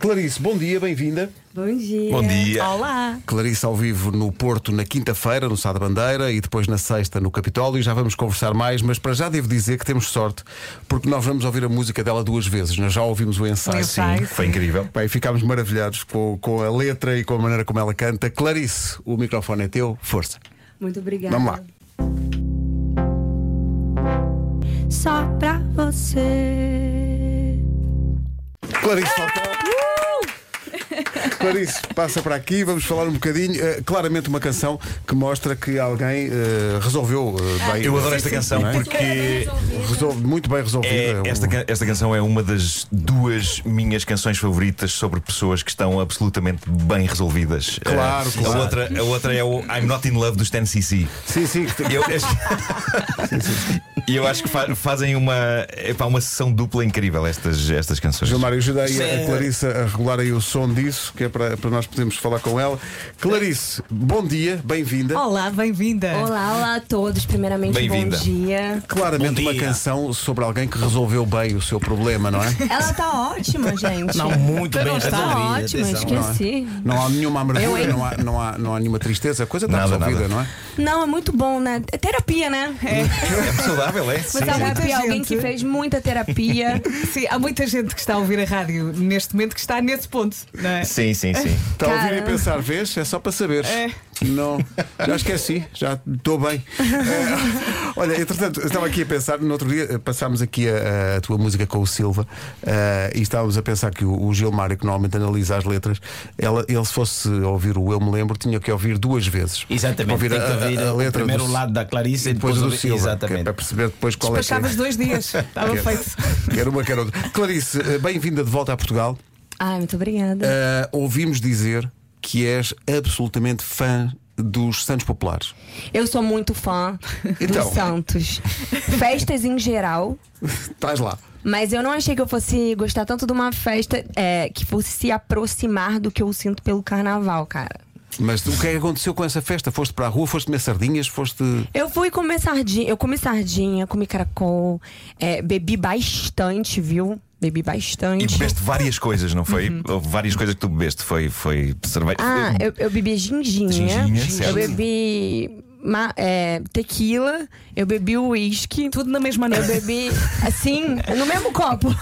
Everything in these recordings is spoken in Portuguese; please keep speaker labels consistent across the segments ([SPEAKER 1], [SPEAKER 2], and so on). [SPEAKER 1] Clarice, bom dia, bem-vinda.
[SPEAKER 2] Bom dia.
[SPEAKER 3] Bom dia.
[SPEAKER 2] Olá.
[SPEAKER 1] Clarice ao vivo no Porto na quinta-feira, no Sá da Bandeira e depois na sexta no Capitólio. Já vamos conversar mais, mas para já devo dizer que temos sorte, porque nós vamos ouvir a música dela duas vezes. Nós já ouvimos o ensaio.
[SPEAKER 2] O ensaio, Sim, sim.
[SPEAKER 3] Foi incrível.
[SPEAKER 1] Bem, ficámos maravilhados com, com a letra e com a maneira como ela canta. Clarice, o microfone é teu, força.
[SPEAKER 2] Muito obrigada.
[SPEAKER 1] Vamos lá.
[SPEAKER 4] só pra você.
[SPEAKER 1] Clarice, falta. Clarice, passa para aqui, vamos falar um bocadinho. eh, claramente uma canção que mostra que alguém eh, resolveu eh, bem.
[SPEAKER 3] Eu adoro esta canção
[SPEAKER 1] Não é?
[SPEAKER 3] porque
[SPEAKER 1] Resolve, muito bem resolvida.
[SPEAKER 3] é,
[SPEAKER 1] Um-
[SPEAKER 3] esta, can- esta canção é uma das duas minhas canções favoritas sobre pessoas que estão absolutamente bem resolvidas.
[SPEAKER 1] Claro,
[SPEAKER 3] Eh,
[SPEAKER 1] claro.
[SPEAKER 3] A outra, a outra é o I'm Not in Love dos Stan CC.
[SPEAKER 1] Sim, sim.
[SPEAKER 3] E eu, e eu acho que fa- fazem uma, epá, uma sessão dupla incrível estas, estas canções.
[SPEAKER 1] Gilmar, ajuda aí a Clarice a regular aí o som disso, que é para, para nós podermos falar com ela. Clarice, bom dia, bem-vinda.
[SPEAKER 5] Olá, bem-vinda.
[SPEAKER 2] Olá, olá a todos. Primeiramente, bom
[SPEAKER 3] Bem-vinda.
[SPEAKER 2] dia.
[SPEAKER 1] Claramente
[SPEAKER 6] Bom
[SPEAKER 1] uma
[SPEAKER 6] dia.
[SPEAKER 1] canção sobre alguém que resolveu bem o seu problema, não é?
[SPEAKER 2] Ela tá ótima, gente.
[SPEAKER 6] Não, muito bem
[SPEAKER 5] está
[SPEAKER 6] resolvida.
[SPEAKER 2] ótima,
[SPEAKER 6] atenção.
[SPEAKER 2] esqueci.
[SPEAKER 1] Não há nenhuma amargura, não há, não, há, não há nenhuma tristeza, a coisa está
[SPEAKER 3] Nada,
[SPEAKER 1] resolvida,
[SPEAKER 3] nada.
[SPEAKER 1] não é?
[SPEAKER 2] Não, é muito bom, né? É terapia, né?
[SPEAKER 3] É saudável, é? Sim.
[SPEAKER 2] Mas há,
[SPEAKER 5] muita
[SPEAKER 2] muita alguém
[SPEAKER 5] gente.
[SPEAKER 2] que fez muita terapia.
[SPEAKER 5] Sim, há muita gente que está a ouvir a rádio neste momento que está nesse ponto, não é?
[SPEAKER 3] Sim, sim, sim.
[SPEAKER 1] Está Tá a ouvir e
[SPEAKER 2] Cara.
[SPEAKER 1] pensar, vês? É só para saberes.
[SPEAKER 5] É.
[SPEAKER 1] Não, já esqueci, já estou bem. É, olha, entretanto, eu estava aqui a pensar, no outro dia eh, passámos aqui a, a tua música com o Silva eh, e estávamos a pensar que o, o Gilmário, que normalmente analisa as letras, ela, ele se fosse ouvir o Eu Me Lembro, tinha que ouvir duas vezes.
[SPEAKER 6] Exatamente.
[SPEAKER 1] Ouvir
[SPEAKER 6] tem que
[SPEAKER 1] a, a-
[SPEAKER 6] ouvir
[SPEAKER 1] a
[SPEAKER 6] o
[SPEAKER 1] letra
[SPEAKER 6] primeiro
[SPEAKER 1] do,
[SPEAKER 6] lado da Clarice e
[SPEAKER 1] depois
[SPEAKER 6] depois
[SPEAKER 1] do
[SPEAKER 6] ouvir-
[SPEAKER 1] Silva, que é para
[SPEAKER 6] Exatamente.
[SPEAKER 1] perceber depois qual é que é.
[SPEAKER 5] Despachavas dois dias, estava feito.
[SPEAKER 1] Quer uma, quer outra. Clarice, eh, bem-vinda de volta a Portugal.
[SPEAKER 2] Ai, muito obrigada.
[SPEAKER 1] Uh, ouvimos dizer que és absolutamente fã dos Santos Populares.
[SPEAKER 2] Eu sou muito fã
[SPEAKER 1] Então.
[SPEAKER 2] dos Santos. Festas em geral.
[SPEAKER 1] Estás lá.
[SPEAKER 2] Mas eu não achei que eu fosse gostar tanto de uma festa é, que fosse se aproximar do que eu sinto pelo carnaval, cara.
[SPEAKER 1] Mas o que é que aconteceu com essa festa? Foste para a rua, foste comer sardinhas, foste.
[SPEAKER 2] Eu fui comer sardinha, eu comi sardinha, comi caracol, é, bebi bastante, viu? Bebi
[SPEAKER 3] E
[SPEAKER 2] bastante.
[SPEAKER 3] bebeste várias coisas, não foi? Houve várias coisas que tu bebeste. Foi, foi cerveja.
[SPEAKER 2] Uhum. Ah, eu, eu bebi ginginha.
[SPEAKER 3] Ginginha, certo.
[SPEAKER 2] eu bebi ma- é, tequila, eu bebi uísque.
[SPEAKER 5] Tudo na mesma
[SPEAKER 2] Eu
[SPEAKER 5] noite.
[SPEAKER 2] bebi, assim, no mesmo copo.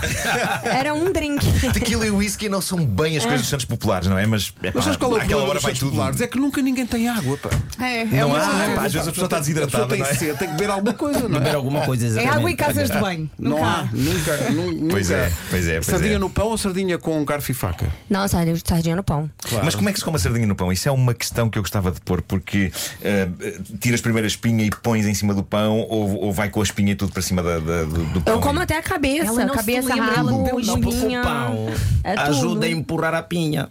[SPEAKER 2] Era um drink.
[SPEAKER 3] Tequila e whisky não são bem as coisas dos Santos Populares, não é? Mas, é
[SPEAKER 1] Mas sabes qual é o
[SPEAKER 3] aquela
[SPEAKER 1] problema
[SPEAKER 3] hora
[SPEAKER 1] dos
[SPEAKER 3] vai
[SPEAKER 1] Santos
[SPEAKER 3] tudo.
[SPEAKER 1] Populares? É que nunca ninguém tem água, pá.
[SPEAKER 5] É, é
[SPEAKER 3] Não
[SPEAKER 5] uma-
[SPEAKER 3] há, pá, às vezes a pessoa está
[SPEAKER 1] A pessoa
[SPEAKER 3] desidratada,
[SPEAKER 1] tem
[SPEAKER 3] não é?
[SPEAKER 1] sede, tem que beber alguma coisa, não
[SPEAKER 6] Beber
[SPEAKER 1] é?
[SPEAKER 6] alguma coisa
[SPEAKER 5] é
[SPEAKER 6] exatamente.
[SPEAKER 5] água em casas de banho.
[SPEAKER 1] Não
[SPEAKER 5] nunca
[SPEAKER 1] há, nunca, nu-
[SPEAKER 3] Pois
[SPEAKER 1] nunca.
[SPEAKER 3] é, pois é, pois
[SPEAKER 1] sardinha
[SPEAKER 3] é.
[SPEAKER 1] no pão ou sardinha com garfo e faca?
[SPEAKER 2] Não, sardinha, sardinha no pão.
[SPEAKER 3] Mas como é que se come a sardinha no pão? Isso é uma questão que eu gostava de pôr, porque eh, tiras primeiro a espinha e pões em cima do pão, ou, ou vai com a espinha e tudo para cima da- da- do, do pão?
[SPEAKER 2] Eu como até a cabeça,
[SPEAKER 5] Ela não se
[SPEAKER 2] cabeça,
[SPEAKER 5] lembra, ela
[SPEAKER 2] rabo,
[SPEAKER 5] bebeu
[SPEAKER 6] Não, porque
[SPEAKER 2] espinha.
[SPEAKER 6] o pão
[SPEAKER 2] É tudo.
[SPEAKER 6] ajuda a empurrar a pinha.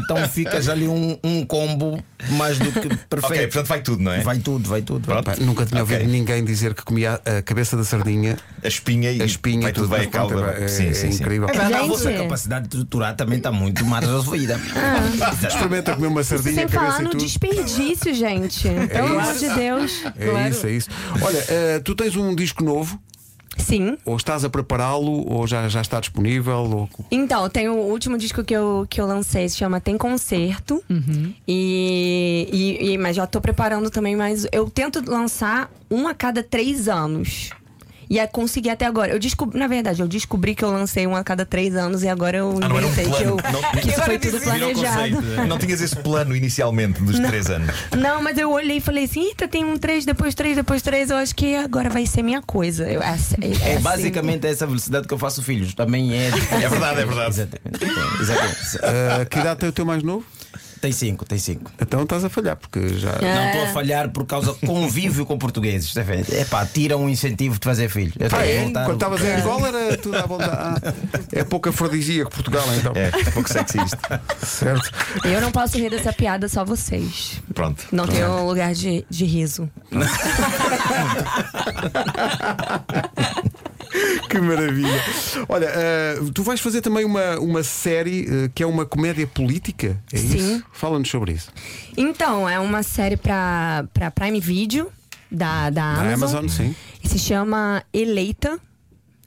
[SPEAKER 6] então ficas ali um, um combo mais do que perfeito.
[SPEAKER 3] Ok, portanto vai tudo, não é?
[SPEAKER 6] Vai tudo, vai tudo. vai
[SPEAKER 3] Pronto.
[SPEAKER 1] Pá, nunca tinha
[SPEAKER 3] Ok.
[SPEAKER 1] ouvido ninguém dizer que comia a cabeça da sardinha,
[SPEAKER 3] A espinha e
[SPEAKER 1] a espinha
[SPEAKER 3] vai
[SPEAKER 1] e
[SPEAKER 3] tudo, vai a
[SPEAKER 1] mas pronto,
[SPEAKER 3] calda.
[SPEAKER 1] É, é
[SPEAKER 3] sim, sim, sim.
[SPEAKER 1] incrível.
[SPEAKER 6] tudo. a
[SPEAKER 2] Gente.
[SPEAKER 6] vossa capacidade de turar também está muito mais resolvida.
[SPEAKER 1] Ah, Experimenta comer uma sardinha,
[SPEAKER 2] Sem
[SPEAKER 1] cabeça
[SPEAKER 3] assim,
[SPEAKER 2] falar
[SPEAKER 1] e
[SPEAKER 2] no
[SPEAKER 1] tudo.
[SPEAKER 2] desperdício, gente.
[SPEAKER 3] É
[SPEAKER 2] Pelo amor de Deus.
[SPEAKER 1] É isso, é isso. Olha, eh, tu tens um disco novo,
[SPEAKER 2] Sim.
[SPEAKER 1] ou estás a prepará-lo, ou já, já está disponível, ou
[SPEAKER 2] Então, tem o último disco que eu, que eu lancei, se chama Tem Concerto. E, e- e- Mas já tô preparando também, mas eu tento lançar um a cada três anos. E é conseguir até agora. Eu descobri, na verdade, eu descobri que eu lancei um a cada três anos e agora eu
[SPEAKER 3] Ah, não era um
[SPEAKER 2] inventei que, eu,
[SPEAKER 3] plano. Não-
[SPEAKER 2] que isso foi tudo
[SPEAKER 3] Virou
[SPEAKER 2] planejado.
[SPEAKER 3] conceito. Não tinhas esse plano inicialmente dos três anos.
[SPEAKER 2] Não, mas eu olhei e falei assim: Eita, tem um três, depois três, depois três. Eu acho que agora vai ser minha coisa. Eu, essa-
[SPEAKER 6] É,
[SPEAKER 2] assim.
[SPEAKER 6] basicamente essa velocidade que eu faço filhos. Também é.
[SPEAKER 3] É verdade, é verdade.
[SPEAKER 6] Exatamente. É, exatamente.
[SPEAKER 1] Ah, que idade tem o teu mais novo?
[SPEAKER 6] Tem cinco, tem cinco.
[SPEAKER 1] Então estás a falhar, porque já.
[SPEAKER 6] Não estou a falhar por causa do convívio com portugueses. está a ver? É pá, tira um incentivo de fazer filho. Eu
[SPEAKER 1] Ah,
[SPEAKER 6] tenho
[SPEAKER 1] é?
[SPEAKER 6] que voltar-
[SPEAKER 1] Quando estavas em Angola era tudo à vontade. Ah, é pouco afrodisíaco Portugal, então.
[SPEAKER 3] É, pouco sexista.
[SPEAKER 1] Certo.
[SPEAKER 2] Eu não posso rir dessa piada, só vocês.
[SPEAKER 3] Pronto.
[SPEAKER 2] Não tem um lugar de, de riso.
[SPEAKER 1] Que maravilha. Olha, ah, tu vais fazer também uma, uma série ah, que é uma comédia política? É
[SPEAKER 2] Sim.
[SPEAKER 1] isso? Fala-nos sobre isso.
[SPEAKER 2] Então, é uma série pra, pra Prime Video da, da
[SPEAKER 1] Na
[SPEAKER 2] Amazon.
[SPEAKER 1] Amazon, sim.
[SPEAKER 2] E se chama Eleita.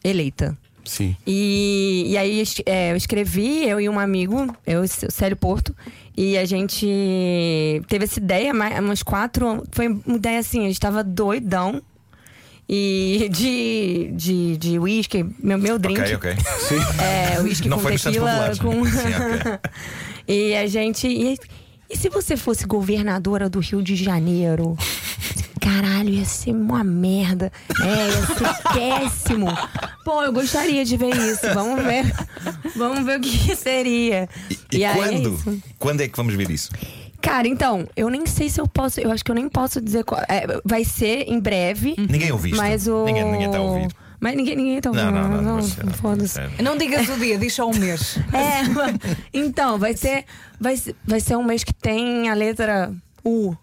[SPEAKER 2] Eleita.
[SPEAKER 1] Sim.
[SPEAKER 2] E, e aí es- é, eu escrevi, eu e um amigo, eu e o Célio Porto, e a gente teve essa ideia, mais, umas quatro. Foi uma ideia assim, a gente tava doidão. E de, de, de whisky, meu, meu drink.
[SPEAKER 3] Ok, ok.
[SPEAKER 2] É, whisky
[SPEAKER 3] Não
[SPEAKER 2] com
[SPEAKER 3] foi nos Santos
[SPEAKER 2] tequila,
[SPEAKER 3] Populares,
[SPEAKER 2] com.
[SPEAKER 3] né? Sim,
[SPEAKER 2] e a gente. E, e se você fosse governadora do Rio de Janeiro? Caralho, ia ser uma merda. É, ia ser péssimo. Pô, eu gostaria de ver isso. Vamos ver. Vamos ver o que seria.
[SPEAKER 3] E, e
[SPEAKER 2] aí é
[SPEAKER 3] quando?
[SPEAKER 2] isso.
[SPEAKER 3] quando é que vamos ver isso?
[SPEAKER 2] Cara, então, eu nem sei se eu posso. Eu acho que eu nem posso dizer qual. é, vai ser em breve.
[SPEAKER 3] Ninguém ouviu isto.
[SPEAKER 2] Mas o.
[SPEAKER 3] Ninguém- ninguém tá a ouvir.
[SPEAKER 2] Mas ninguém, ninguém tá ouvindo.
[SPEAKER 3] Não, não, não.
[SPEAKER 2] não,
[SPEAKER 3] você-
[SPEAKER 2] Foda-se.
[SPEAKER 3] é.
[SPEAKER 5] Não digas o dia, deixa o mês.
[SPEAKER 2] É, então, vai ser, vai, ser- vai ser um mês que tem a letra U.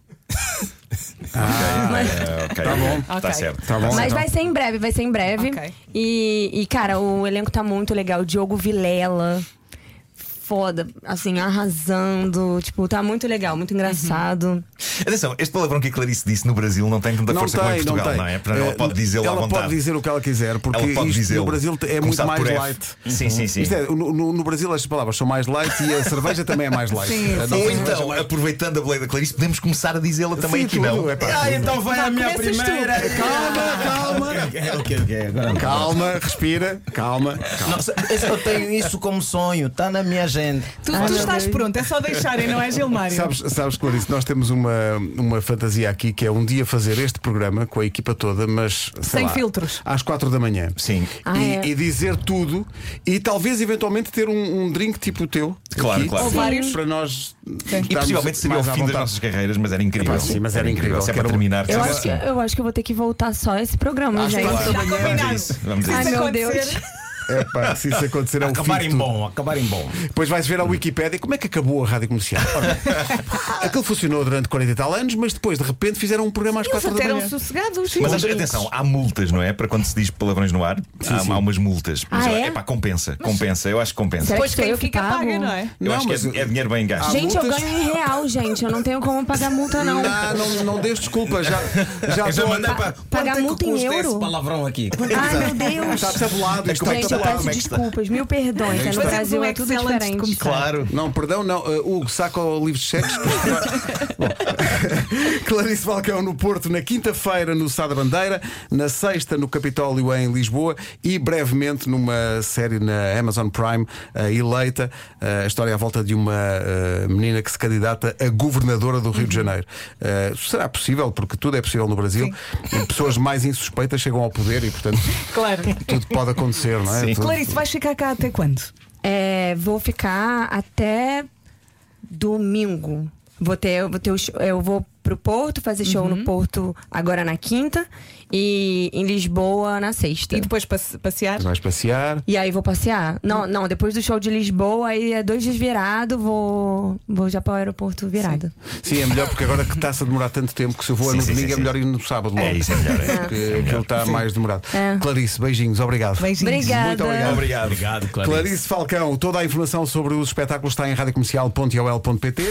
[SPEAKER 3] É, ok.
[SPEAKER 1] Tá bom.
[SPEAKER 3] Está
[SPEAKER 5] Ok.
[SPEAKER 3] certo.
[SPEAKER 1] Tá bom.
[SPEAKER 2] Mas
[SPEAKER 1] então.
[SPEAKER 2] vai ser em breve, vai ser em breve.
[SPEAKER 5] Ok.
[SPEAKER 2] E, e, cara, o elenco tá muito legal. Diogo Vilela. Foda, assim, arrasando. Tipo, tá muito legal, muito engraçado.
[SPEAKER 3] Atenção, este palavrão que a Clarice disse no Brasil não tem tanta
[SPEAKER 1] Não
[SPEAKER 3] força
[SPEAKER 1] tem,
[SPEAKER 3] como em Portugal,
[SPEAKER 1] não
[SPEAKER 3] não,
[SPEAKER 1] tem. Eh,
[SPEAKER 3] é? Portanto, ela pode dizê-lo à
[SPEAKER 1] Ela
[SPEAKER 3] vontade.
[SPEAKER 1] pode dizer o que ela quiser, porque
[SPEAKER 3] ela pode
[SPEAKER 1] isto
[SPEAKER 3] dizê-lo.
[SPEAKER 1] no Brasil é muito
[SPEAKER 3] Começar
[SPEAKER 1] mais
[SPEAKER 3] por F.
[SPEAKER 1] light.
[SPEAKER 3] Sim, sim, sim.
[SPEAKER 1] Isto é, no, no- no Brasil as palavras são mais light e a cerveja também é mais light.
[SPEAKER 5] Sim,
[SPEAKER 1] A
[SPEAKER 5] sim.
[SPEAKER 1] nossa
[SPEAKER 3] Ou
[SPEAKER 1] cerveja
[SPEAKER 3] então, aproveitando a boleia da Clarice, podemos começar a dizê-la
[SPEAKER 1] é
[SPEAKER 3] também
[SPEAKER 1] Sim,
[SPEAKER 3] aqui,
[SPEAKER 1] tudo,
[SPEAKER 3] não?
[SPEAKER 1] é pá.
[SPEAKER 6] Ah, então vai à minha
[SPEAKER 2] começas tu.
[SPEAKER 6] primeira. É,
[SPEAKER 1] Calma, calma.
[SPEAKER 6] Ok, ok, agora não.
[SPEAKER 1] Calma, respira, calma.
[SPEAKER 6] Não, se- eu tenho isso como sonho, está na minha agenda.
[SPEAKER 5] Tu, tu estás pronto, é só deixarem, não é, Gilmário?
[SPEAKER 1] Sabes, sabes, Clarice, nós temos uma, uma fantasia aqui que é um dia fazer este programa com a equipa toda, mas sei
[SPEAKER 5] Sem
[SPEAKER 1] lá,
[SPEAKER 5] filtros.
[SPEAKER 1] Às quatro da manhã.
[SPEAKER 3] Sim.
[SPEAKER 2] Ah,
[SPEAKER 1] e,
[SPEAKER 2] é.
[SPEAKER 1] e dizer tudo e talvez eventualmente ter um, um drink tipo o teu.
[SPEAKER 3] Claro,
[SPEAKER 1] aqui,
[SPEAKER 3] claro.
[SPEAKER 5] Ou vários.
[SPEAKER 1] Para nós. estarmos
[SPEAKER 3] E possivelmente seria o
[SPEAKER 1] mais à
[SPEAKER 3] fim das
[SPEAKER 1] vontade.
[SPEAKER 3] nossas carreiras, mas era incrível.
[SPEAKER 1] Epá, sim, mas era incrível.
[SPEAKER 3] Se é para
[SPEAKER 1] Quero-
[SPEAKER 3] terminar,
[SPEAKER 2] Eu
[SPEAKER 3] precisa
[SPEAKER 2] acho, que,
[SPEAKER 3] assim.
[SPEAKER 2] eu acho que eu vou ter que voltar só esse programa,
[SPEAKER 6] Acho que
[SPEAKER 2] gente.
[SPEAKER 6] vai.
[SPEAKER 3] Vamos a isso. Vamos a
[SPEAKER 2] Ai,
[SPEAKER 3] isso.
[SPEAKER 2] meu
[SPEAKER 5] acontecer.
[SPEAKER 2] Deus.
[SPEAKER 1] É pá, se isso acontecer é o fim.
[SPEAKER 6] Acabar
[SPEAKER 1] de
[SPEAKER 6] em
[SPEAKER 1] tudo.
[SPEAKER 6] bom, acabar em bom.
[SPEAKER 1] Depois vais ver a Wikipédia como é que acabou a rádio comercial. Ora, Aquilo funcionou durante 40 e tal anos, mas depois de repente fizeram um programa às
[SPEAKER 5] Eles
[SPEAKER 1] 4 da
[SPEAKER 5] até
[SPEAKER 1] manhã.
[SPEAKER 5] eram sossegados.
[SPEAKER 3] Mas
[SPEAKER 5] Bom,
[SPEAKER 3] acho- atenção, há multas, não é? Para quando se diz palavrões no ar, há, há umas multas. Mas
[SPEAKER 2] Ah,
[SPEAKER 3] eu-
[SPEAKER 2] é?
[SPEAKER 3] epá, compensa, compensa. Eu acho que compensa.
[SPEAKER 2] Será
[SPEAKER 5] Depois
[SPEAKER 2] que sou
[SPEAKER 5] quem
[SPEAKER 2] eu que
[SPEAKER 5] fica
[SPEAKER 2] pago?
[SPEAKER 5] paga, não é?
[SPEAKER 3] Eu
[SPEAKER 1] Não,
[SPEAKER 3] acho
[SPEAKER 1] mas-
[SPEAKER 3] que é, é dinheiro bem gasto.
[SPEAKER 1] Há um
[SPEAKER 2] Gente, eu
[SPEAKER 1] multas?
[SPEAKER 2] ganho em real, gente. Eu não tenho como pagar multa, não.
[SPEAKER 1] Ah, não, não dês desculpa, já, já,
[SPEAKER 6] Eu já
[SPEAKER 1] tô-
[SPEAKER 6] mandei
[SPEAKER 1] Tá-
[SPEAKER 6] para.
[SPEAKER 2] pagar
[SPEAKER 6] quanto é que
[SPEAKER 2] multa em
[SPEAKER 6] custa
[SPEAKER 2] euro?
[SPEAKER 6] esse palavrão aqui.
[SPEAKER 2] Ai, meu Deus.
[SPEAKER 1] Está tá tabulado, está
[SPEAKER 2] Gente, eu
[SPEAKER 1] tabulado.
[SPEAKER 2] peço desculpas, mil perdões. né? No
[SPEAKER 5] Fazemos
[SPEAKER 2] Brasil
[SPEAKER 5] um
[SPEAKER 2] é tudo
[SPEAKER 5] Excel antes de
[SPEAKER 2] diferente.
[SPEAKER 5] começar.
[SPEAKER 3] Claro.
[SPEAKER 1] Não, perdão, não. Uh, Hugo, saca o livro de cheques. Bom, Clarice Falcão no Porto, na quinta-feira no Sá da Bandeira, na sexta no Capitólio em Lisboa e brevemente numa série na Amazon Prime, uh, Eleita, uh, a história à volta de uma uh, menina que se candidata a governadora do Rio de Janeiro. Uh, será possível, porque tudo é possível no Brasil, pessoas mais insuspeitas chegam ao poder e, portanto,
[SPEAKER 5] Claro.
[SPEAKER 1] tudo pode acontecer, não é? Tudo-
[SPEAKER 5] Clarice, vais ficar cá até quando?
[SPEAKER 2] É, vou ficar até domingo. Vou ter, eu vou ter o show- eu vou pro Porto fazer show no Porto agora na quinta e em Lisboa na sexta.
[SPEAKER 5] E
[SPEAKER 2] E,
[SPEAKER 5] depois passe- passear?
[SPEAKER 1] Vais passear.
[SPEAKER 2] aí vou passear. Não, não, depois do show de Lisboa aí é dois dias virado, vou vou já para o aeroporto virado.
[SPEAKER 1] Sim, é melhor porque agora que está-se a demorar tanto tempo que se eu vou a
[SPEAKER 3] Sim,
[SPEAKER 1] no
[SPEAKER 3] sim,
[SPEAKER 1] domingo
[SPEAKER 3] sim,
[SPEAKER 1] é
[SPEAKER 3] sim.
[SPEAKER 1] melhor ir no sábado logo.
[SPEAKER 3] É isso, é melhor. é.
[SPEAKER 1] Porque aquilo está mais demorado.
[SPEAKER 2] É.
[SPEAKER 1] Clarice, beijinhos, obrigado.
[SPEAKER 5] Beijinhos.
[SPEAKER 2] Obrigada.
[SPEAKER 1] Muito obrigado.
[SPEAKER 6] Obrigado, Clarice.
[SPEAKER 1] Clarice Falcão, toda a informação sobre os espetáculos está em radiocomercial.ol.pt